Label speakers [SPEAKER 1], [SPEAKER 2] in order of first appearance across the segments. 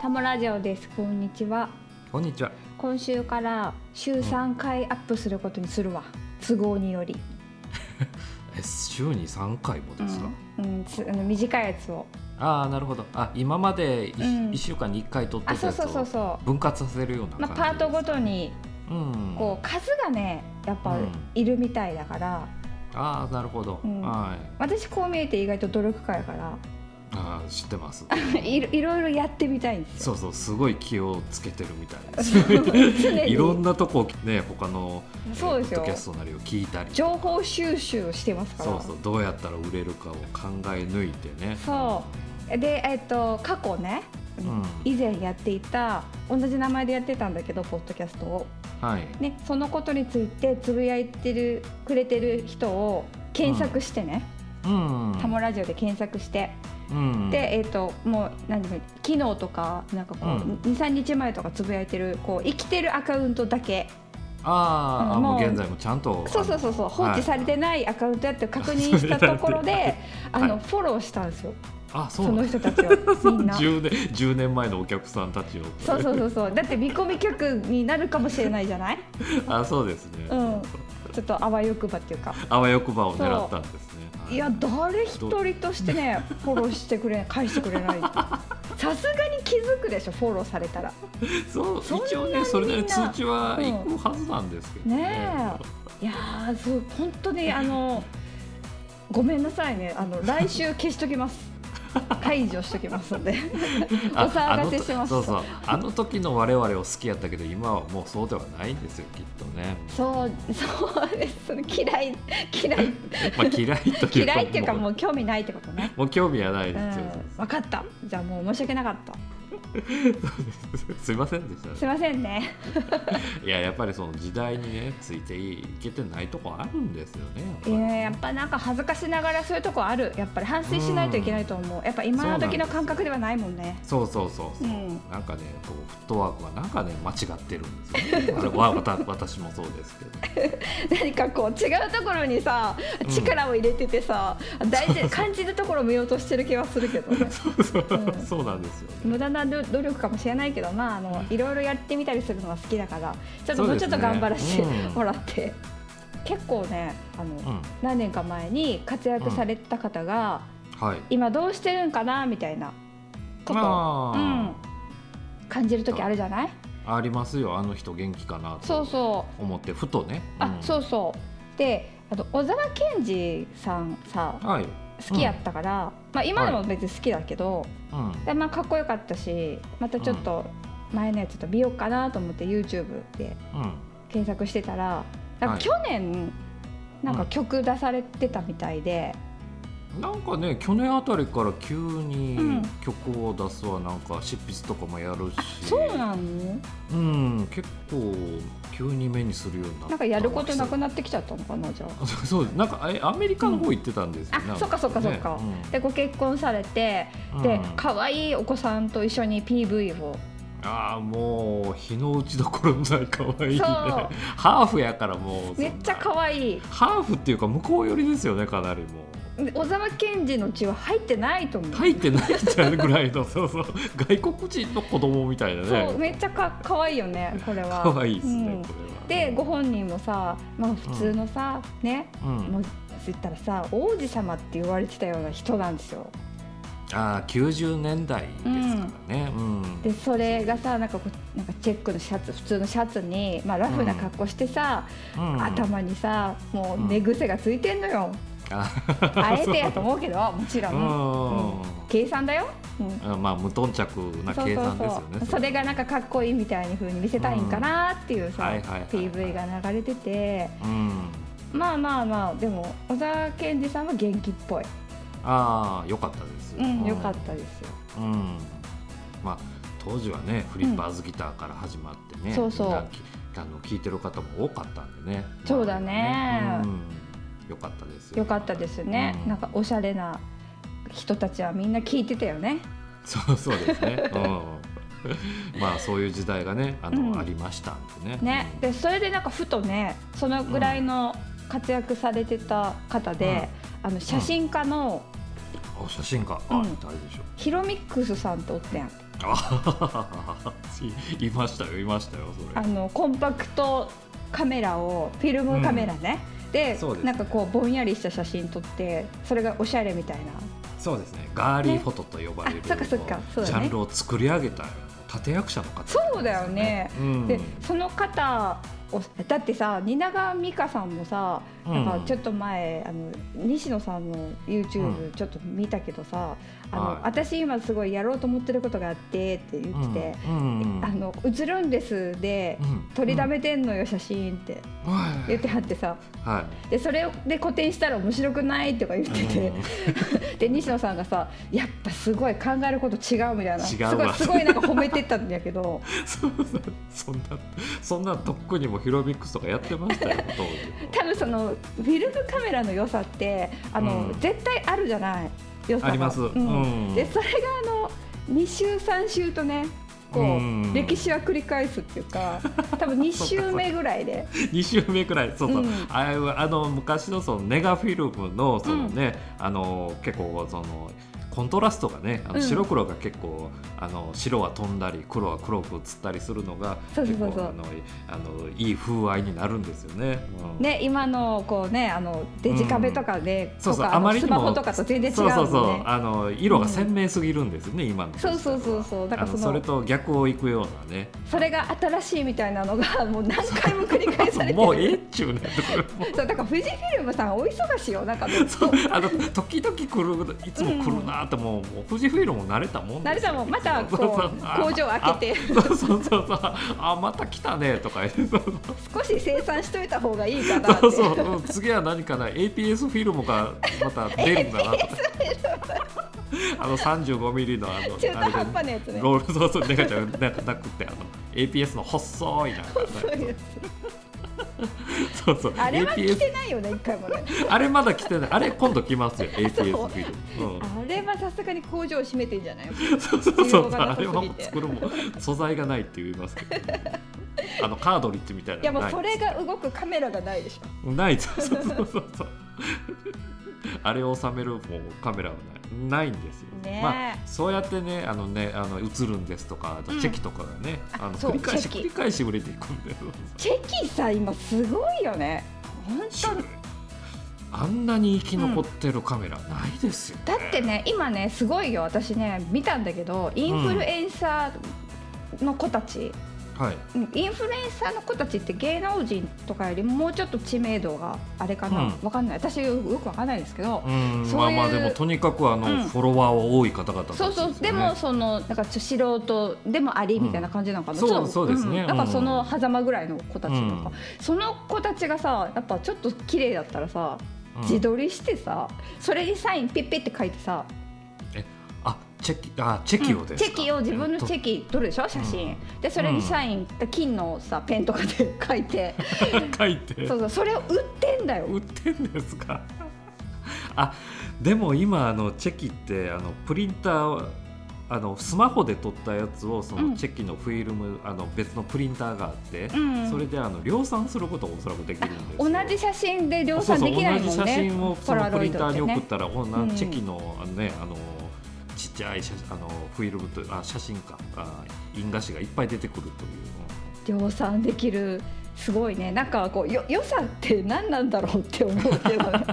[SPEAKER 1] タモラジオですこんにちは
[SPEAKER 2] こんにちは。
[SPEAKER 1] 今週から週3回アップすることにするわ都合により、
[SPEAKER 2] え週に三回もですか。
[SPEAKER 1] うん、つあの短いやつを
[SPEAKER 2] ああなるほど。あ今まで一
[SPEAKER 1] うん
[SPEAKER 2] 一週間に一回撮って
[SPEAKER 1] あ
[SPEAKER 2] た
[SPEAKER 1] そう
[SPEAKER 2] やつ
[SPEAKER 1] そうそう
[SPEAKER 2] を
[SPEAKER 1] そ
[SPEAKER 2] 分割させるような
[SPEAKER 1] う、
[SPEAKER 2] 感
[SPEAKER 1] ま
[SPEAKER 2] じで
[SPEAKER 1] すあ、
[SPEAKER 2] か。
[SPEAKER 1] パートごとに
[SPEAKER 2] うん。
[SPEAKER 1] こう数がねやっぱ
[SPEAKER 2] うん
[SPEAKER 1] いるみたいだから、
[SPEAKER 2] ああなるほど。
[SPEAKER 1] うん
[SPEAKER 2] はい。
[SPEAKER 1] 私こう見えて意外と努力家やから
[SPEAKER 2] ああ知ってます。
[SPEAKER 1] いろいろいろやってみたいんですよ
[SPEAKER 2] そうそうすごい気をつけてるみたいです。
[SPEAKER 1] 常に
[SPEAKER 2] いろんなとこね他のえー
[SPEAKER 1] そうです
[SPEAKER 2] ポッド
[SPEAKER 1] よ
[SPEAKER 2] キャストなりを聞いたり。
[SPEAKER 1] 情報収集をしてますから
[SPEAKER 2] そうそうどうやったら売れるかを考え抜いてね。
[SPEAKER 1] そうで、えっと、過去ね、
[SPEAKER 2] うん
[SPEAKER 1] 以前やっていた同じ名前でやってたんだけどポッドキャストを、
[SPEAKER 2] はい。
[SPEAKER 1] ね、そのことについてつぶやいてるくれてる人を検索してね
[SPEAKER 2] うん
[SPEAKER 1] 「タモラジオ」で検索して、
[SPEAKER 2] うん。
[SPEAKER 1] で、えっと、もう何昨日とかなんかこう、
[SPEAKER 2] うん
[SPEAKER 1] 23日前とかつぶやいてるこう生きてるアカウントだけ
[SPEAKER 2] あーあ
[SPEAKER 1] うん
[SPEAKER 2] も
[SPEAKER 1] も
[SPEAKER 2] う
[SPEAKER 1] う
[SPEAKER 2] 現在もちゃんと
[SPEAKER 1] そうそうそうそう放
[SPEAKER 2] は
[SPEAKER 1] 置
[SPEAKER 2] い
[SPEAKER 1] されてないアカウントやって確認したとこ ろであ
[SPEAKER 2] れてない
[SPEAKER 1] のフォローしたんですよ
[SPEAKER 2] あそう
[SPEAKER 1] そ
[SPEAKER 2] なんだ
[SPEAKER 1] の人たちを みんな。
[SPEAKER 2] 10年10年前のお客さんたちを
[SPEAKER 1] そうそうそうそうだって見込み客になるかもしれないじゃない
[SPEAKER 2] あそうですね、
[SPEAKER 1] うんちょっとあわよくばっていうか
[SPEAKER 2] あわよくばを狙ったんですねはい
[SPEAKER 1] や誰一人としてねフォローしてくれ返してくれないさすがに気づくでしょフォローされたら
[SPEAKER 2] そう
[SPEAKER 1] そんな
[SPEAKER 2] 一応ねそれなりに
[SPEAKER 1] みんな
[SPEAKER 2] 通知は行くはずなんですけどね,、
[SPEAKER 1] ねえいやーそう本当にあのごめんなさいねあの来週消しときます解除しときますんでお
[SPEAKER 2] あ
[SPEAKER 1] 騒がせしま
[SPEAKER 2] あの
[SPEAKER 1] す
[SPEAKER 2] そうそうあの時の我々を好きやったけど今はもうそうではないんですよきっとね、
[SPEAKER 1] そうそうですその嫌い嫌い
[SPEAKER 2] まあ、嫌いというか
[SPEAKER 1] 嫌いっていうかも
[SPEAKER 2] もう
[SPEAKER 1] う興味ないってことね
[SPEAKER 2] もう興味はないで
[SPEAKER 1] うん
[SPEAKER 2] すよ、
[SPEAKER 1] 分かったじゃあもう申し訳なかった
[SPEAKER 2] すいませんでした、
[SPEAKER 1] すいませんね
[SPEAKER 2] いややっぱりその時代にねついていけてないとこあるんですよねやっぱ
[SPEAKER 1] い
[SPEAKER 2] り
[SPEAKER 1] や
[SPEAKER 2] ね
[SPEAKER 1] やっぱなんか恥ずかしながらそういうとこあるやっぱり反省しないといけないと思う、やっぱ今の時の感覚ではないもんね
[SPEAKER 2] そうそうそうそう、
[SPEAKER 1] うん
[SPEAKER 2] なんかねこうフットワークはなんかね間違ってるんで すよ、ね、あれわわた私もそうですけど
[SPEAKER 1] 何かこう違うところにさ
[SPEAKER 2] うん
[SPEAKER 1] 力を入れててさ、大事感じるところを見ようとしてる気はするけどね
[SPEAKER 2] そうそう、
[SPEAKER 1] うん
[SPEAKER 2] そうなんですよね
[SPEAKER 1] 無駄な努努力かもしれないけどまああのいろいろやってみたりするのは好きだからちょっと
[SPEAKER 2] そう
[SPEAKER 1] もう
[SPEAKER 2] です
[SPEAKER 1] ちょ
[SPEAKER 2] ね
[SPEAKER 1] っと頑張らせて
[SPEAKER 2] うん
[SPEAKER 1] もらって、結構ねあの、
[SPEAKER 2] う
[SPEAKER 1] 何年か前に活躍されてた方が、
[SPEAKER 2] んはい
[SPEAKER 1] 今どうしてるんかなみたいなことを、
[SPEAKER 2] ま
[SPEAKER 1] うん、感じる時あるじゃない
[SPEAKER 2] あ、ありますよあの人元気かな
[SPEAKER 1] そう
[SPEAKER 2] と
[SPEAKER 1] そう
[SPEAKER 2] 思ってふとね、
[SPEAKER 1] あ、
[SPEAKER 2] ん
[SPEAKER 1] そうそうであと小沢健二さんさ
[SPEAKER 2] はい、うん、
[SPEAKER 1] 好きやったから、まあ、今でも別に好きだけど、でまあ、かっこよかったしまたちょっと前のやつと見ようかなと思って YouTube で
[SPEAKER 2] うん、
[SPEAKER 1] 検索してたらなん
[SPEAKER 2] は
[SPEAKER 1] か
[SPEAKER 2] い
[SPEAKER 1] 去年なんか曲出されてたみたいで、
[SPEAKER 2] なんかね去年あたりから急に
[SPEAKER 1] ん
[SPEAKER 2] 曲を出すわなんか執筆とかもやるし、
[SPEAKER 1] そうなの
[SPEAKER 2] うん結構急に目にするようになった
[SPEAKER 1] なんかやることなくな
[SPEAKER 2] な
[SPEAKER 1] ってきちゃったのかなじゃあ。
[SPEAKER 2] そうなんかあれアメリカの方行ってたんですよね、
[SPEAKER 1] あそっかそっかそっかでご結婚されて
[SPEAKER 2] うんう
[SPEAKER 1] で
[SPEAKER 2] ん
[SPEAKER 1] 可愛いお子さんと一緒に PV を
[SPEAKER 2] ああもう日の打ちどころない可愛い
[SPEAKER 1] そ
[SPEAKER 2] ね
[SPEAKER 1] う
[SPEAKER 2] ハーフやからもう
[SPEAKER 1] めっちゃ
[SPEAKER 2] い
[SPEAKER 1] 可愛い
[SPEAKER 2] ハーフっていうか向こう寄りですよねかなりもう
[SPEAKER 1] 小沢健二の血は入ってないと思う、
[SPEAKER 2] 入ってないんじゃないぐらいのそうそう外国人の子供みたいな
[SPEAKER 1] そう
[SPEAKER 2] ね
[SPEAKER 1] めっちゃか可愛いよねこれは
[SPEAKER 2] 可愛いですね、
[SPEAKER 1] うん
[SPEAKER 2] これは
[SPEAKER 1] でご本人もさまあ普通のさ、ね
[SPEAKER 2] うん
[SPEAKER 1] もう言ったらさ王子様って言われてたような人なんですよ
[SPEAKER 2] ああ90年代ですからねうん、
[SPEAKER 1] でそれがさなんかこうなんかチェックのシャツ普通のシャツに、まあ、ラフな格好してさ、
[SPEAKER 2] うん
[SPEAKER 1] 頭にさも
[SPEAKER 2] うん
[SPEAKER 1] う寝癖がついてんのよ、
[SPEAKER 2] あ
[SPEAKER 1] あえてやと思うけどもちろ、
[SPEAKER 2] うんん、
[SPEAKER 1] 計算だよ、うん、
[SPEAKER 2] あまあ無頓着な計算ですよね
[SPEAKER 1] それがなんかかっこいいみたいに風に見せたいんかなっていうさ、
[SPEAKER 2] うんはいはいはいはい
[SPEAKER 1] PV が流れてて
[SPEAKER 2] うん
[SPEAKER 1] まあまあまあでも小沢健二さんは元気っぽい、
[SPEAKER 2] ああ良かったです
[SPEAKER 1] うん、よかったですよ、
[SPEAKER 2] うん、まあ当時はねフリッパーズギターから始まってね、
[SPEAKER 1] そうそう
[SPEAKER 2] みんなきあの聴いてる方も多かったんでね
[SPEAKER 1] そうだね
[SPEAKER 2] まあうんよかったです
[SPEAKER 1] よかったですね、
[SPEAKER 2] うん
[SPEAKER 1] なんかおしゃれな人たちはみんな聞いてたよね
[SPEAKER 2] そうそうです ね、うん、まあそういう時代がねあの、
[SPEAKER 1] うん
[SPEAKER 2] ありましたんでね
[SPEAKER 1] ね
[SPEAKER 2] うん
[SPEAKER 1] でそれでなんかふとねそのぐらいの活躍されてた方で、あの写真家の
[SPEAKER 2] あ写真家、
[SPEAKER 1] う
[SPEAKER 2] あ
[SPEAKER 1] ん
[SPEAKER 2] 誰でしょう
[SPEAKER 1] ヒロミックスさんとおってん
[SPEAKER 2] あ いましたよいましたよそ
[SPEAKER 1] あ
[SPEAKER 2] れ
[SPEAKER 1] のコンパクトカメラをフィルムカメラね、で
[SPEAKER 2] そうですね
[SPEAKER 1] なんかこうぼんやりした写真撮ってそれがおしゃれみたいな
[SPEAKER 2] そうですねガーリーフォトと呼ばれる、
[SPEAKER 1] ねあそっかそっかそうだ
[SPEAKER 2] ジ
[SPEAKER 1] ね
[SPEAKER 2] ャンルを作り上げた立役者の方
[SPEAKER 1] そうだよね、
[SPEAKER 2] うん、
[SPEAKER 1] でその方をだってさ蜷川美香さんもさなんかちょっと前あの西野さんの
[SPEAKER 2] う
[SPEAKER 1] YouTube ちょっと見たけどさ、あの
[SPEAKER 2] はい
[SPEAKER 1] 私今すごいやろうと思ってることがあってって言ってて、
[SPEAKER 2] うんうん
[SPEAKER 1] あの映るんですで
[SPEAKER 2] うん
[SPEAKER 1] 撮りだめてんのよ写真って
[SPEAKER 2] うんはい
[SPEAKER 1] 言ってはってさ
[SPEAKER 2] は
[SPEAKER 1] でそれで個展したら面白くないとか言っ
[SPEAKER 2] い
[SPEAKER 1] てて、 で西野さんがさやっぱすごい考えること違うみたいなす
[SPEAKER 2] 違う
[SPEAKER 1] ごい
[SPEAKER 2] わ
[SPEAKER 1] すごいなんか褒めてったんだけ ど
[SPEAKER 2] そうそうそんなそんなとっくにもヒロミックスとかやってましたよ当
[SPEAKER 1] 多分そのフィルムカメラの良さってあの、
[SPEAKER 2] うん
[SPEAKER 1] 絶対あるじゃない良さが
[SPEAKER 2] あります
[SPEAKER 1] うん
[SPEAKER 2] うん
[SPEAKER 1] でそれがあの2週3週とねこう、
[SPEAKER 2] うん
[SPEAKER 1] 歴史は繰り返すっていう か多分2週目ぐらいで
[SPEAKER 2] 時2週目くらいそうそう、
[SPEAKER 1] うん
[SPEAKER 2] あいうあの昔のそのネガフィルムのそのね、あの結構そのコントラストがねあ
[SPEAKER 1] う
[SPEAKER 2] の
[SPEAKER 1] ん
[SPEAKER 2] 白黒が結構、あの白は飛んだり黒は黒く映ったりするのが
[SPEAKER 1] そうそ
[SPEAKER 2] 結
[SPEAKER 1] うそうそう
[SPEAKER 2] 構あのあのいい風合いになるんですよね。うん
[SPEAKER 1] ね今のこうねあのデジカメとかで、
[SPEAKER 2] そうそう
[SPEAKER 1] とか
[SPEAKER 2] あまり
[SPEAKER 1] ス
[SPEAKER 2] に
[SPEAKER 1] マ
[SPEAKER 2] も
[SPEAKER 1] ホとかと全然違う
[SPEAKER 2] そうそう
[SPEAKER 1] もん
[SPEAKER 2] そう
[SPEAKER 1] ね。
[SPEAKER 2] あの色が鮮明すぎるんですね、今の
[SPEAKER 1] そうそうそうそうだからそ
[SPEAKER 2] あ
[SPEAKER 1] の
[SPEAKER 2] のそれと逆をいくような ね
[SPEAKER 1] それが新しいみたいなのがもう何回も繰り返されてる
[SPEAKER 2] もうええっちゅうねんとこ
[SPEAKER 1] そうだから富士フィルムさんお忙しいよなんかね
[SPEAKER 2] そう あの時々来るいつも来るなってもう,、もう富士フィルムも慣れたもん
[SPEAKER 1] 慣
[SPEAKER 2] で
[SPEAKER 1] れ
[SPEAKER 2] すよ
[SPEAKER 1] たもんまたこう
[SPEAKER 2] そうそうあ
[SPEAKER 1] 工場開けて
[SPEAKER 2] あそうそうそうそうあまた来たねとか言ってそう
[SPEAKER 1] 少し生産しといた方がいいかなって
[SPEAKER 2] そうそううん次は何かな APS フィルムがまた出るんだなとかあの 35mm のあの
[SPEAKER 1] 中途
[SPEAKER 2] あれ
[SPEAKER 1] 半
[SPEAKER 2] で
[SPEAKER 1] 端なやつね
[SPEAKER 2] ロールそうそうネガじゃなくなくてあの APS の細いなんか
[SPEAKER 1] そういうや
[SPEAKER 2] そうそう
[SPEAKER 1] つあれは着
[SPEAKER 2] APS
[SPEAKER 1] てないよね一回もね
[SPEAKER 2] あれまだ来てないあれ今度来ますよ APS
[SPEAKER 1] そう
[SPEAKER 2] フィルム、うん、
[SPEAKER 1] あれはさすがに工場を閉めてんじゃ ない
[SPEAKER 2] そうそうそ
[SPEAKER 1] 需要
[SPEAKER 2] う
[SPEAKER 1] がな
[SPEAKER 2] あ
[SPEAKER 1] さす
[SPEAKER 2] れ
[SPEAKER 1] ぎて
[SPEAKER 2] はもう作るもん素材がないって言いますけど、あのカードリッジみたい
[SPEAKER 1] いや
[SPEAKER 2] な
[SPEAKER 1] も
[SPEAKER 2] のな
[SPEAKER 1] う
[SPEAKER 2] い
[SPEAKER 1] それが動くカメラがないでしょ
[SPEAKER 2] ないそうそうそうそうそうあれを収めるもうカメラはないないんですよ、
[SPEAKER 1] ねえ
[SPEAKER 2] まあそうやってねあのねあの映るんですとかあとチェキとかがね、
[SPEAKER 1] うん
[SPEAKER 2] あの
[SPEAKER 1] そう
[SPEAKER 2] 繰り返
[SPEAKER 1] チ
[SPEAKER 2] し
[SPEAKER 1] ェ
[SPEAKER 2] 繰
[SPEAKER 1] キ
[SPEAKER 2] り返し売れていくんでそうそう
[SPEAKER 1] チェキさ今すごいよね本当
[SPEAKER 2] あんなに生き残ってるカメラないですよ、ね
[SPEAKER 1] だってね今ねすごいよ私ね見たんだけどインフルエンサーの子たち、
[SPEAKER 2] はい
[SPEAKER 1] うんインフルエンサーの子たちって芸能人とかよりももうちょっと知名度があれかな、
[SPEAKER 2] うん
[SPEAKER 1] わかんない私よくわかんないですけど、
[SPEAKER 2] うん
[SPEAKER 1] そういう
[SPEAKER 2] まあまあでもとにかくあの、
[SPEAKER 1] うん
[SPEAKER 2] フォロワーは多い方々たち
[SPEAKER 1] そうそう
[SPEAKER 2] すよ
[SPEAKER 1] で
[SPEAKER 2] ね
[SPEAKER 1] もそのなんかちょ素人でもありみたいな感じなのかな、
[SPEAKER 2] うん
[SPEAKER 1] ちょっと
[SPEAKER 2] そうそうですね
[SPEAKER 1] んなんか
[SPEAKER 2] うん
[SPEAKER 1] その狭間ぐらいの子たちとか、
[SPEAKER 2] うん
[SPEAKER 1] その子たちがさやっぱちょっと綺麗だったらさ
[SPEAKER 2] うん
[SPEAKER 1] 自撮りしてさ、それにサインピッピって書いてさ、
[SPEAKER 2] あチェキあチェキをです
[SPEAKER 1] チ
[SPEAKER 2] か、
[SPEAKER 1] ェキを自分のチェキ撮るでしょ写真、でそれにサイン、金のさペンとかで書い て
[SPEAKER 2] 書いて
[SPEAKER 1] そうそうそれを売ってんだよ
[SPEAKER 2] 売ってんですかあでも今あのチェキってあのプリンターあのスマホで撮ったやつをそうの
[SPEAKER 1] ん
[SPEAKER 2] チェキのフィルム、あの別のプリンターがあって、
[SPEAKER 1] うん
[SPEAKER 2] それであの量産することがおそらくできるんですよ
[SPEAKER 1] 同じ写真で量
[SPEAKER 2] そう
[SPEAKER 1] 産
[SPEAKER 2] そう
[SPEAKER 1] できないもん
[SPEAKER 2] 同じ写
[SPEAKER 1] ね
[SPEAKER 2] 真をそ
[SPEAKER 1] ポラ
[SPEAKER 2] のプ
[SPEAKER 1] ロ
[SPEAKER 2] リ
[SPEAKER 1] イ
[SPEAKER 2] ンタ
[SPEAKER 1] ドっ
[SPEAKER 2] ーに
[SPEAKER 1] て
[SPEAKER 2] 送っ
[SPEAKER 1] ね
[SPEAKER 2] たら、お
[SPEAKER 1] う
[SPEAKER 2] なんチェキのあのねあのちっちゃい写あのフィルムとあ写真かあ印画紙がいっぱい出てくるという。
[SPEAKER 1] 量産できるすごいねなんかこうよ良さって何なんだろうって思うけど ね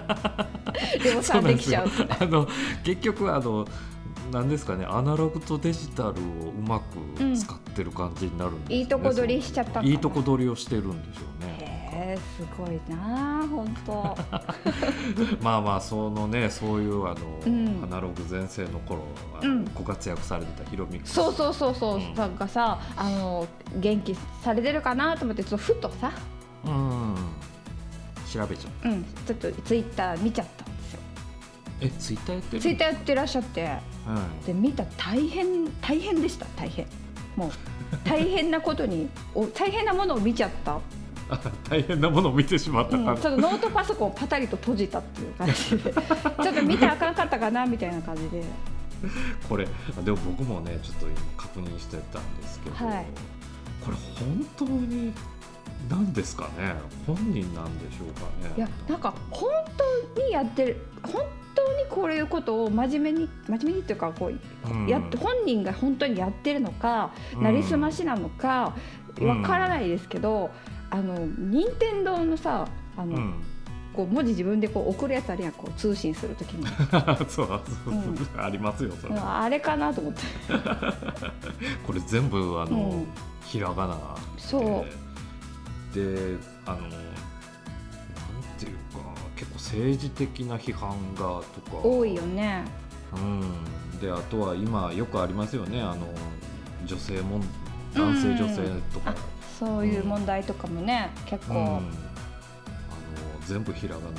[SPEAKER 1] 量
[SPEAKER 2] そ
[SPEAKER 1] 産
[SPEAKER 2] うなん
[SPEAKER 1] で
[SPEAKER 2] で
[SPEAKER 1] き
[SPEAKER 2] す
[SPEAKER 1] ち
[SPEAKER 2] よ
[SPEAKER 1] ゃう。
[SPEAKER 2] あの結局あのなんですかねアナログとデジタルをうま
[SPEAKER 1] うん
[SPEAKER 2] く使ってる感じになるんです、ね
[SPEAKER 1] いいとこ取りしちゃったんだ
[SPEAKER 2] いいとこ取りをしてるんでしょうね。
[SPEAKER 1] へえすごいなあ本 当
[SPEAKER 2] まあまあそのねそういうあの、
[SPEAKER 1] うん
[SPEAKER 2] アナログ全盛の頃あの
[SPEAKER 1] うん
[SPEAKER 2] ご活躍されてたヒロミ
[SPEAKER 1] そうそうそうそう、
[SPEAKER 2] うん
[SPEAKER 1] なんかさあの元気されてるかなと思ってちょっとふとさ、
[SPEAKER 2] う。うん。調べちゃう。
[SPEAKER 1] うん、ちょっとツイッター見ちゃったんですよ
[SPEAKER 2] えツイッターやってる。
[SPEAKER 1] ツイッターやってらっしゃって
[SPEAKER 2] うん。
[SPEAKER 1] で見た大変大変でした大変 もう大変なことにお大変なものを見ちゃった
[SPEAKER 2] あ大変なものを見てしまった
[SPEAKER 1] う
[SPEAKER 2] か
[SPEAKER 1] ん、ちょっとノートパソコンをパタリと閉じたっていう感じ でちょっと見たらあかんかったかなみたいな感じで
[SPEAKER 2] これでも僕もねちょっと今確認してたんですけど、
[SPEAKER 1] はい
[SPEAKER 2] これ本当に何ですかね本人なんでしょうかね
[SPEAKER 1] いやなんか本当にやってる本当にここういうことを真面目に真面目にっていうかこう
[SPEAKER 2] うん
[SPEAKER 1] やっ本人が本当にやってるのか、なりすましなのか
[SPEAKER 2] う
[SPEAKER 1] わ
[SPEAKER 2] ん
[SPEAKER 1] からないですけど、あの任天堂のさあ
[SPEAKER 2] う
[SPEAKER 1] の、
[SPEAKER 2] ん、
[SPEAKER 1] こう文字自分でこう送るやつあるやんこう通信するときに、
[SPEAKER 2] そうそうそう、
[SPEAKER 1] う
[SPEAKER 2] ありますよそれ、
[SPEAKER 1] うんあれかなと思って
[SPEAKER 2] これ全部あの、
[SPEAKER 1] うん
[SPEAKER 2] ひらがな
[SPEAKER 1] そう
[SPEAKER 2] であのなんていうか結構政治的な批判がとか
[SPEAKER 1] 多いよね
[SPEAKER 2] うん、であとは今よくありますよねあの女性もん
[SPEAKER 1] うん
[SPEAKER 2] 男性女性とか、
[SPEAKER 1] そういう問題とかもね、結
[SPEAKER 2] うんあ
[SPEAKER 1] 構
[SPEAKER 2] の、全部ひらがな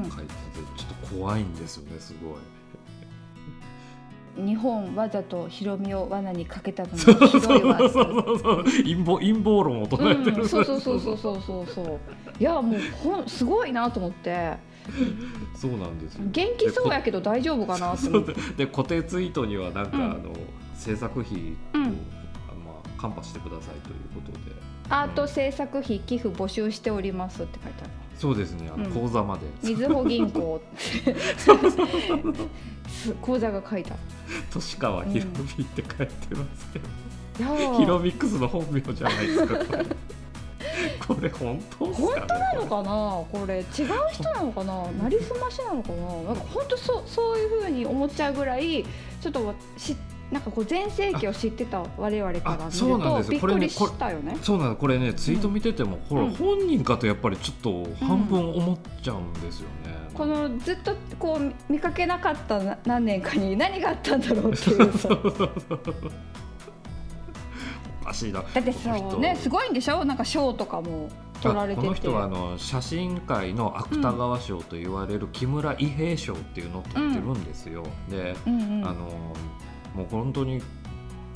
[SPEAKER 2] で
[SPEAKER 1] うん
[SPEAKER 2] 書いてて、ちょっと怖いんですよねすごい。
[SPEAKER 1] 日本わざとヒロミを罠にかけたのに
[SPEAKER 2] そうそ
[SPEAKER 1] ひ
[SPEAKER 2] う
[SPEAKER 1] どいわ
[SPEAKER 2] そうそうそう陰謀陰謀論を唱えてる、
[SPEAKER 1] うん、そうそうそうそうそうそうそういやもうほんすごいなと思って
[SPEAKER 2] そうなんですよ
[SPEAKER 1] 元気そうやけど大丈夫かなと
[SPEAKER 2] そ
[SPEAKER 1] 思っ
[SPEAKER 2] う
[SPEAKER 1] て
[SPEAKER 2] で で固定ツイートにはなんか、
[SPEAKER 1] うん
[SPEAKER 2] あの制作費を、
[SPEAKER 1] うん
[SPEAKER 2] あまあカンパしてくださいということで
[SPEAKER 1] アート制作費寄付募集しておりますって書いてある
[SPEAKER 2] そうですねあの、
[SPEAKER 1] うん
[SPEAKER 2] 口座まで
[SPEAKER 1] みずほ銀行 す口座が書いてある
[SPEAKER 2] 年川ひろみって書いてますけど、
[SPEAKER 1] いや
[SPEAKER 2] ヒロ
[SPEAKER 1] ー
[SPEAKER 2] ミックスの本名じゃないですか これこれ本当ですかね
[SPEAKER 1] なのかなこれ違う人なのかななりすましなのかななんか本当そうそういうふうに思っちゃうぐらいちょっとわしなんかこう全盛期を知ってた我々から見る
[SPEAKER 2] そうなんで
[SPEAKER 1] と
[SPEAKER 2] す
[SPEAKER 1] び
[SPEAKER 2] よ
[SPEAKER 1] っ
[SPEAKER 2] これ
[SPEAKER 1] く
[SPEAKER 2] ね
[SPEAKER 1] りしたよね。
[SPEAKER 2] そうなのこれねツイート見てても、ほら
[SPEAKER 1] うん
[SPEAKER 2] 本人かとやっぱりちょっと半分思っちゃうんですよね、
[SPEAKER 1] このずっとこう見かけなかったな何年かに何があったんだろ うっていうさ
[SPEAKER 2] おかしいな
[SPEAKER 1] だってさ
[SPEAKER 2] この人
[SPEAKER 1] ねすごいんでしょなんか賞とかも取られて
[SPEAKER 2] あこの
[SPEAKER 1] て
[SPEAKER 2] 人はあの写真界の芥川賞と言われる木村伊兵衛賞っていうのを取ってるんですよ、で、
[SPEAKER 1] うんうん
[SPEAKER 2] あのもう本当に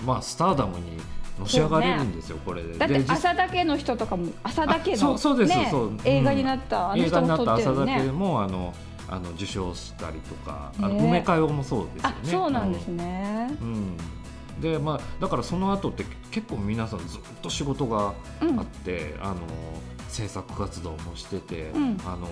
[SPEAKER 2] まあスターダムにのし上がれるんですよ、これで
[SPEAKER 1] だっ
[SPEAKER 2] で
[SPEAKER 1] て
[SPEAKER 2] 実際
[SPEAKER 1] 朝だけの人とかも朝だけ
[SPEAKER 2] あそう
[SPEAKER 1] の
[SPEAKER 2] そうです
[SPEAKER 1] ね
[SPEAKER 2] そううん
[SPEAKER 1] 映画になったあの
[SPEAKER 2] 映
[SPEAKER 1] 人
[SPEAKER 2] 画にな
[SPEAKER 1] も撮
[SPEAKER 2] った
[SPEAKER 1] ってるよ
[SPEAKER 2] 朝だけ
[SPEAKER 1] ね。
[SPEAKER 2] もあのあの受賞したりとか、あの
[SPEAKER 1] ね
[SPEAKER 2] 梅会もそうです
[SPEAKER 1] あ
[SPEAKER 2] よね。
[SPEAKER 1] そうなんですね。
[SPEAKER 2] うん。うんでまあ、だからその後って結構皆さんずっと仕事が
[SPEAKER 1] うん
[SPEAKER 2] あって、あの制作活動もしてて、
[SPEAKER 1] うん
[SPEAKER 2] あの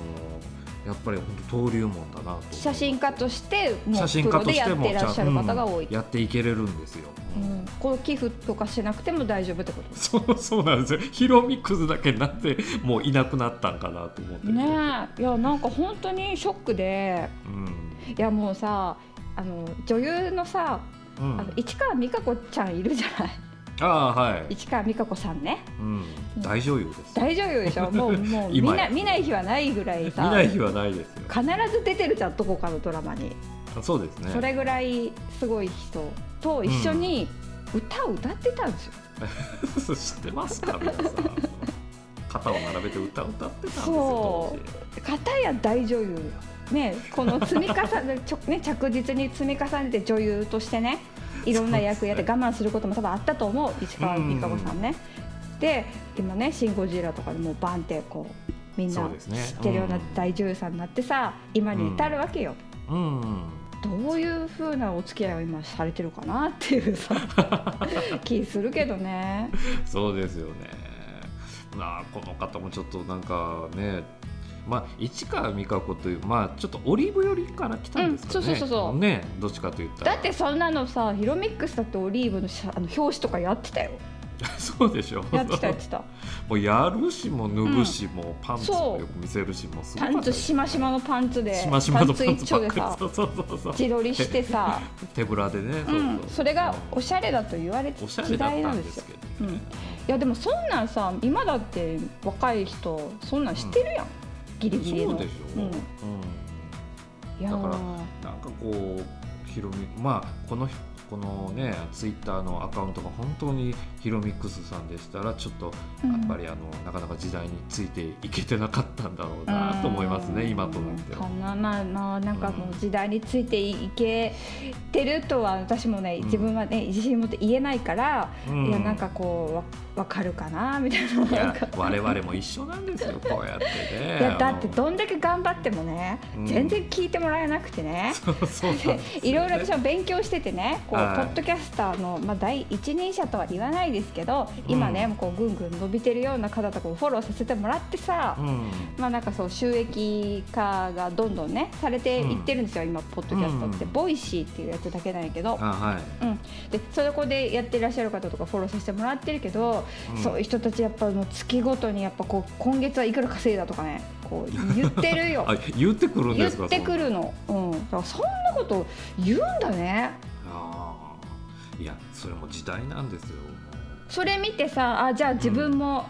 [SPEAKER 2] やっぱり本当登竜門だなと思って
[SPEAKER 1] 写真家としても
[SPEAKER 2] 写
[SPEAKER 1] うプ
[SPEAKER 2] 真家
[SPEAKER 1] ロ
[SPEAKER 2] と
[SPEAKER 1] で
[SPEAKER 2] し
[SPEAKER 1] や
[SPEAKER 2] て
[SPEAKER 1] っ
[SPEAKER 2] も
[SPEAKER 1] てらっしゃる方が多い
[SPEAKER 2] うん。やっていけれるんですよ。
[SPEAKER 1] う
[SPEAKER 2] うん
[SPEAKER 1] ん、この寄付とかしなくても大丈夫ってことです
[SPEAKER 2] そうそうなんですよヒロミクズだけなんでもういなくなったんかなと思ってて
[SPEAKER 1] ねえいやなんか本当にショックで
[SPEAKER 2] うん
[SPEAKER 1] いやもうさあの女優のさ、
[SPEAKER 2] うん、
[SPEAKER 1] あの市川美香子ちゃんいるじ ゃない
[SPEAKER 2] ああはい
[SPEAKER 1] 市川美香子さんね
[SPEAKER 2] うん、大女優です。
[SPEAKER 1] 大女優でし ょもうもう見
[SPEAKER 2] 今
[SPEAKER 1] な見ない日はないぐらい
[SPEAKER 2] 見
[SPEAKER 1] さ
[SPEAKER 2] ない日はないですよ。
[SPEAKER 1] 必ず出てるじゃんどこかのドラマに、
[SPEAKER 2] あそうですね。
[SPEAKER 1] それぐらいすごい人と一緒に歌を歌ってたんですよ、
[SPEAKER 2] 知ってますか皆さん。肩を並べて歌を歌ってたんですよ。
[SPEAKER 1] そう片や大女優よねこの積み重ねちょ、 ね、着実に積み重ねて女優としてねいろんな役やって我慢することも多分あったと思う石川美香子さんね。で今ね「シン・ゴジラ」とかでもうバンってこうみん
[SPEAKER 2] そ
[SPEAKER 1] な
[SPEAKER 2] うですね
[SPEAKER 1] 知ってるような大女優さんになってさ、今に至るわけよ。
[SPEAKER 2] 当時。うん。
[SPEAKER 1] どういうふうなお付き合いを今されてるかなっていうさ気するけどね。
[SPEAKER 2] そうですよね。まあこの方もちょっとなんかね。まあ、市川美香子という、まあ、ちょっとオリーブ寄りから来たんですかね。
[SPEAKER 1] うんそうそうそうそう
[SPEAKER 2] ね、どっちかと言ったら。
[SPEAKER 1] だってそんなのさヒロミックスだってオリーブのしゃあの表紙とかやってたよ
[SPEAKER 2] そうでしょ
[SPEAKER 1] やってたやってた。
[SPEAKER 2] もうやるしも脱ぐしも、パンツもよく見せるしもすご
[SPEAKER 1] パ
[SPEAKER 2] か
[SPEAKER 1] ン
[SPEAKER 2] った
[SPEAKER 1] ツ
[SPEAKER 2] です
[SPEAKER 1] しましまのパンツで
[SPEAKER 2] しましまのパンツ
[SPEAKER 1] 一丁
[SPEAKER 2] ばっ
[SPEAKER 1] で
[SPEAKER 2] か
[SPEAKER 1] さ
[SPEAKER 2] りそうそうそうそう
[SPEAKER 1] 自撮りしてさ、
[SPEAKER 2] 手ぶらでね、
[SPEAKER 1] う、
[SPEAKER 2] ううん
[SPEAKER 1] それがおしゃれだと言われて
[SPEAKER 2] おしゃれ
[SPEAKER 1] 時
[SPEAKER 2] だっ
[SPEAKER 1] 代
[SPEAKER 2] た
[SPEAKER 1] なんん
[SPEAKER 2] で
[SPEAKER 1] です
[SPEAKER 2] す
[SPEAKER 1] よ
[SPEAKER 2] け
[SPEAKER 1] う
[SPEAKER 2] ど
[SPEAKER 1] ん
[SPEAKER 2] ね、
[SPEAKER 1] いやでもそんなんさ今だって若い人そんなん知ってるやん、ギリギリの
[SPEAKER 2] そうでしょ、
[SPEAKER 1] うん
[SPEAKER 2] うん
[SPEAKER 1] いや
[SPEAKER 2] だ
[SPEAKER 1] ー
[SPEAKER 2] からなんかこうヒロミまあこのこのねツイッターのアカウントが本当にヒロミックスさんでしたらちょっと
[SPEAKER 1] う
[SPEAKER 2] や
[SPEAKER 1] ん
[SPEAKER 2] っぱりあの、なかなか時代についていけてなかったんだろうなと思いますね、
[SPEAKER 1] うん
[SPEAKER 2] 今となっては
[SPEAKER 1] か。なまあまあなんかもう時代についていけてるとは私もね
[SPEAKER 2] うん
[SPEAKER 1] 自分はね自信持って言えないから、
[SPEAKER 2] うん
[SPEAKER 1] いやなんかこうわわかるかなみたいないなん
[SPEAKER 2] や
[SPEAKER 1] か
[SPEAKER 2] 我々も一緒なんで すよこうやってね。
[SPEAKER 1] いやだって
[SPEAKER 2] あの
[SPEAKER 1] どんだけ頑張ってもね、
[SPEAKER 2] うん
[SPEAKER 1] 全然聞いてもらえなくてね
[SPEAKER 2] そうそうなんですよ
[SPEAKER 1] いろろいろ私も勉強しててねこうポ
[SPEAKER 2] はい
[SPEAKER 1] ッドキャスターの、まあ、第一人者とは言わないですけど今ね、こうぐんぐん伸びてるような方とかをフォローさせてもらってさ、
[SPEAKER 2] うん
[SPEAKER 1] まあなんかそう収益化がどんどんねされていってるんですよ、今ポッドキャストって、
[SPEAKER 2] うん
[SPEAKER 1] ボイシーっていうやつだけなんやけど、
[SPEAKER 2] あはい
[SPEAKER 1] うん、でそこでやってらっしゃる方とかフォローさせてもらってるけど、
[SPEAKER 2] うん
[SPEAKER 1] そういう人たちやっぱもう月ごとにやっぱこう今月はいくら稼いだとかねこう言ってるよ
[SPEAKER 2] あ言ってくるん
[SPEAKER 1] 言
[SPEAKER 2] で
[SPEAKER 1] っ
[SPEAKER 2] すか
[SPEAKER 1] てくるの、うん、だからそんなこと言うんだね
[SPEAKER 2] そんなあーいやそれも時代なんですよ
[SPEAKER 1] それ見てさあじゃあ自分も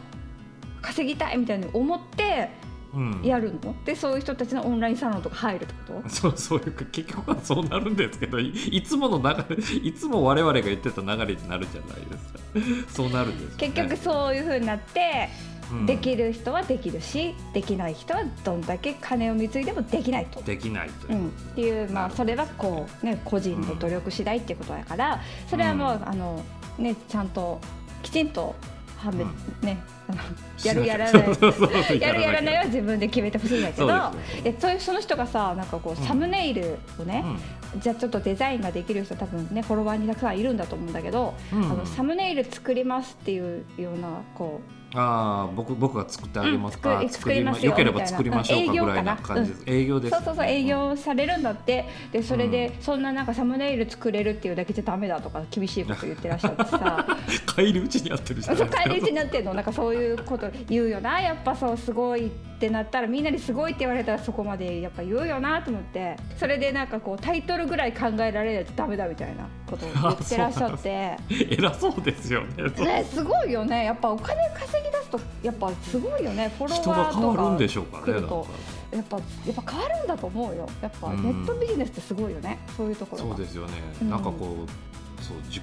[SPEAKER 1] 稼ぎたいみたいに思って
[SPEAKER 2] うん
[SPEAKER 1] やるの、でそういう人たちのオンラインサロンとか入るってこと
[SPEAKER 2] そうそういうか結局はそうなるんですけどいいつもの流れいつも我々が言ってた流れになるじゃないですかそうなるんですよ、ね、
[SPEAKER 1] 結局そういうふうになって、
[SPEAKER 2] うん
[SPEAKER 1] できる人はできるしできない人はどんだけ金を貢いでもできないと。
[SPEAKER 2] できないと
[SPEAKER 1] う
[SPEAKER 2] いう、
[SPEAKER 1] ん、っていう、まあ、それはこう、ね、個人の努力次第っていうことだからそれはもう、
[SPEAKER 2] うん
[SPEAKER 1] あのね、ちゃんときちんと判別、ね、あのやるやら
[SPEAKER 2] そう
[SPEAKER 1] ない
[SPEAKER 2] そうそう
[SPEAKER 1] やるやらないは
[SPEAKER 2] や
[SPEAKER 1] 自分で決めてほしいんだけど
[SPEAKER 2] そうですよ
[SPEAKER 1] いやそういうその人がさなんかこう
[SPEAKER 2] うん
[SPEAKER 1] サムネイルを
[SPEAKER 2] ら
[SPEAKER 1] ね
[SPEAKER 2] な、い
[SPEAKER 1] じゃあちょっとデザインができる人多分ねフォロワーにたくさんいるんだと思うんだけど、
[SPEAKER 2] うん
[SPEAKER 1] あのサムネイル作りますっていうようなこう
[SPEAKER 2] ああ僕僕が作ってあげます
[SPEAKER 1] う
[SPEAKER 2] か、
[SPEAKER 1] ん作り作りますよ
[SPEAKER 2] よければ作りましょう
[SPEAKER 1] み
[SPEAKER 2] か
[SPEAKER 1] たいな
[SPEAKER 2] ぐらいな感じです、営業です
[SPEAKER 1] そ
[SPEAKER 2] よ
[SPEAKER 1] う
[SPEAKER 2] ね、
[SPEAKER 1] そうそう営業されるんだってでそれで
[SPEAKER 2] う
[SPEAKER 1] そんななんかサムネイル作れるっていうだけじゃダメだとか厳しいこと言ってらっしゃって さ
[SPEAKER 2] 帰り討ちにやってるじゃな
[SPEAKER 1] そ
[SPEAKER 2] いうですか
[SPEAKER 1] 帰り討ちになってんのなんかそういうこと言うよなやっぱそうすごいってなったらみんなにすごいって言われたらそこまでやっぱ言うよなと思ってそれでなんかこうタイトルぐらい考えられないとダメだみたいなことを言ってらっしゃ って。
[SPEAKER 2] 偉そうですよね そう
[SPEAKER 1] ね、すごいよねやっぱお金稼ぎ出すとやっぱすごいよねフォロワーと
[SPEAKER 2] 人
[SPEAKER 1] か
[SPEAKER 2] が変わるんでしょうかね
[SPEAKER 1] 来る
[SPEAKER 2] なんか
[SPEAKER 1] とやっぱやっぱ変わるんだと思うよやっぱ
[SPEAKER 2] うん
[SPEAKER 1] ネットビジネスってすごいよね、そういうところ
[SPEAKER 2] そ
[SPEAKER 1] が
[SPEAKER 2] うですよね、
[SPEAKER 1] うん
[SPEAKER 2] なんかこうそうじ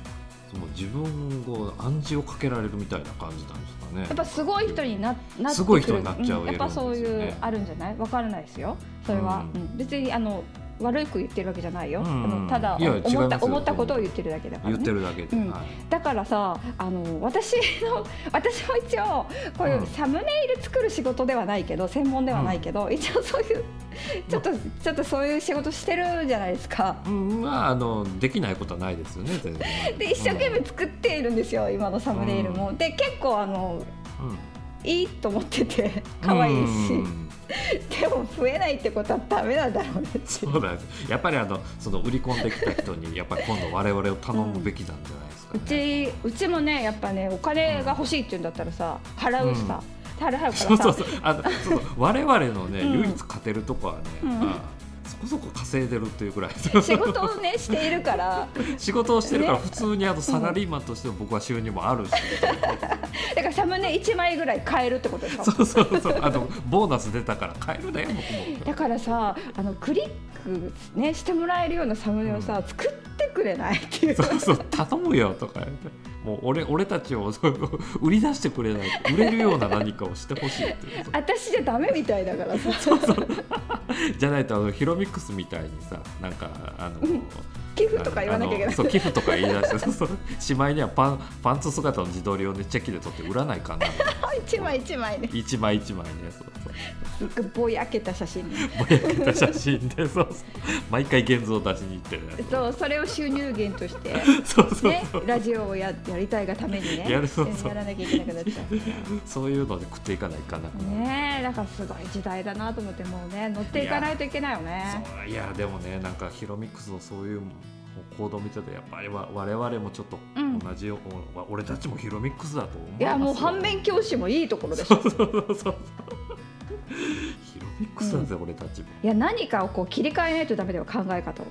[SPEAKER 2] その自分を暗示をかけられるみたいな感じなんですかね
[SPEAKER 1] やっぱすごい人にななってくる
[SPEAKER 2] すごい人になっちゃうん
[SPEAKER 1] やっぱそう
[SPEAKER 2] よ
[SPEAKER 1] いう
[SPEAKER 2] ね
[SPEAKER 1] あるんじゃないわからないですよそれは、
[SPEAKER 2] う
[SPEAKER 1] うんん別にあの悪く言ってるわけじゃないよ、
[SPEAKER 2] うん
[SPEAKER 1] あのただ
[SPEAKER 2] いや違いますよ
[SPEAKER 1] 思った思ったことを言ってるだけだから、
[SPEAKER 2] 言
[SPEAKER 1] ね、
[SPEAKER 2] ってるだけで、
[SPEAKER 1] うん
[SPEAKER 2] はい
[SPEAKER 1] だからさあの私の 私も一応こういううんサムネイル作る仕事ではないけど専門ではないけど、一応そういうちょっとちょっとそういう仕事してるじゃないですか。
[SPEAKER 2] うん、まああのできないことはないですよね全然
[SPEAKER 1] で一生懸命作っているんですよ今のサムネイルも。で結構あの
[SPEAKER 2] うんうん
[SPEAKER 1] いいと思ってて可愛いし、
[SPEAKER 2] うん
[SPEAKER 1] でも増えないってことはダメなんだろうねって
[SPEAKER 2] そうなんですやっぱりあのその売り込んできた人にやっぱり今度我々を頼むべきなんじゃないですか
[SPEAKER 1] う
[SPEAKER 2] ね、
[SPEAKER 1] ちうちもねやっぱねお金が欲しいって言うんだったらさ払うしさ、払うからさ
[SPEAKER 2] そうそうそうあのそうそう我々のね、
[SPEAKER 1] うん
[SPEAKER 2] 唯一勝てるとこはね、
[SPEAKER 1] うん
[SPEAKER 2] あそこそこ稼いでるっていうぐらい
[SPEAKER 1] 仕事をねしている から。
[SPEAKER 2] 仕事をしてるから
[SPEAKER 1] ね
[SPEAKER 2] 普通にあのサラリーマンとしても僕は収入もあるし、
[SPEAKER 1] だからサムネ1枚ぐらい買えるってことでしょ
[SPEAKER 2] そうそうそうあのボーナス出たから買えるね僕も
[SPEAKER 1] だからさあのクリック、ね、してもらえるようなサムネをさ、作ってくれないっていう
[SPEAKER 2] そうそう頼むよとか言ってもう俺俺たちをそう売り出してくれない売れるような何かをしてほしいっていうそう
[SPEAKER 1] 私じゃダメみたいだからさ
[SPEAKER 2] じゃないとあのヒロミックスみたいにさなんかあの
[SPEAKER 1] 寄付とか言わなきゃいけ
[SPEAKER 2] あ
[SPEAKER 1] な
[SPEAKER 2] の
[SPEAKER 1] い
[SPEAKER 2] そう寄付とか言い出してそうそうしまいにはパンパンツ姿の自撮りをねチェキで撮って売らないかな
[SPEAKER 1] 1枚1枚ね
[SPEAKER 2] 一枚一枚ねそうそう
[SPEAKER 1] すっごいぼやけた写真
[SPEAKER 2] ぼやけた写真でそうそう毎回現像を出しに行ってね
[SPEAKER 1] そうそれを収入源として、
[SPEAKER 2] そうそう
[SPEAKER 1] ね
[SPEAKER 2] そ、う、
[SPEAKER 1] ラジオをややりたいがためにね
[SPEAKER 2] やるそうそう
[SPEAKER 1] やらなきゃいけなくなっちゃうから
[SPEAKER 2] そういうので食っていかないかなくなる、
[SPEAKER 1] ねえだからすごい時代だなと思ってもうね乗っていかないといけないよね
[SPEAKER 2] そういやでもねなんかヒロミックスのそういう行動を見ててやっぱりわ我々もちょっと
[SPEAKER 1] うん
[SPEAKER 2] 同じよ、うわ俺たちもヒロミックスだと思います
[SPEAKER 1] い
[SPEAKER 2] よ
[SPEAKER 1] やもう反面教師もいいところでしょ
[SPEAKER 2] そうそうそうそうヒロミックスなんですよ、俺たちも
[SPEAKER 1] いや何かをこう切り替えないとダメだよ考え方を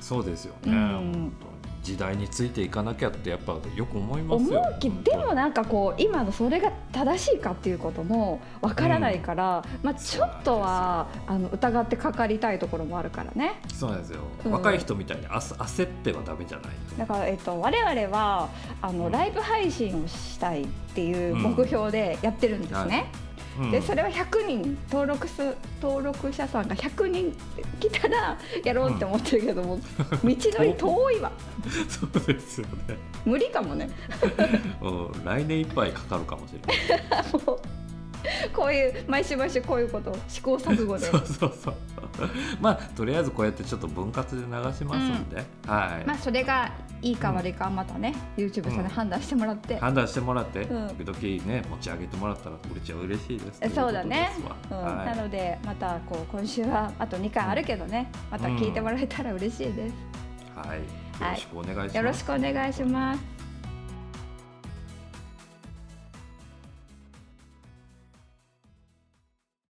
[SPEAKER 2] そうですよね、
[SPEAKER 1] うん
[SPEAKER 2] 本当に時代についていかなきゃってやっぱよく思います
[SPEAKER 1] 思
[SPEAKER 2] よ
[SPEAKER 1] うけ
[SPEAKER 2] 本
[SPEAKER 1] で
[SPEAKER 2] 当に
[SPEAKER 1] もなんかこう今のそれが正しいかっていうこともわからないから、まあちょっとはあの疑ってかかりたいところもあるからね
[SPEAKER 2] そうなんですよ、
[SPEAKER 1] うん
[SPEAKER 2] 若い人みたいにあす焦ってはダメじゃない
[SPEAKER 1] だから、えっと、我々はあの
[SPEAKER 2] うん
[SPEAKER 1] ライブ配信をしたいっていう目標でやってるんですね、
[SPEAKER 2] うん
[SPEAKER 1] でそれは100人登録数登録者さんが100人来たらやろうって思ってるけども、道のり遠いわ
[SPEAKER 2] そうですよね、
[SPEAKER 1] 無理かもね
[SPEAKER 2] うん、来年いっぱいかかるかもしれない
[SPEAKER 1] もうこういう毎週毎週こういうことを試行錯誤で
[SPEAKER 2] そうそうそうまあとりあえずこうやってちょっと分割で流しますんで、はい、
[SPEAKER 1] まあそれがいいか悪いかはまたね、YouTube さん
[SPEAKER 2] うん
[SPEAKER 1] で判断してもらって、
[SPEAKER 2] 判断してもらって、
[SPEAKER 1] うん
[SPEAKER 2] 時々ね持ち上げてもらったらこれちゃ嬉しいです
[SPEAKER 1] えそうだね
[SPEAKER 2] ということです
[SPEAKER 1] うん
[SPEAKER 2] わはい
[SPEAKER 1] なのでまたこう今週はあと2回あるけどね、また聞いてもらえたら嬉しいです、
[SPEAKER 2] はい、よ
[SPEAKER 1] はい
[SPEAKER 2] ろしくお願いします、
[SPEAKER 1] よろしくお願いします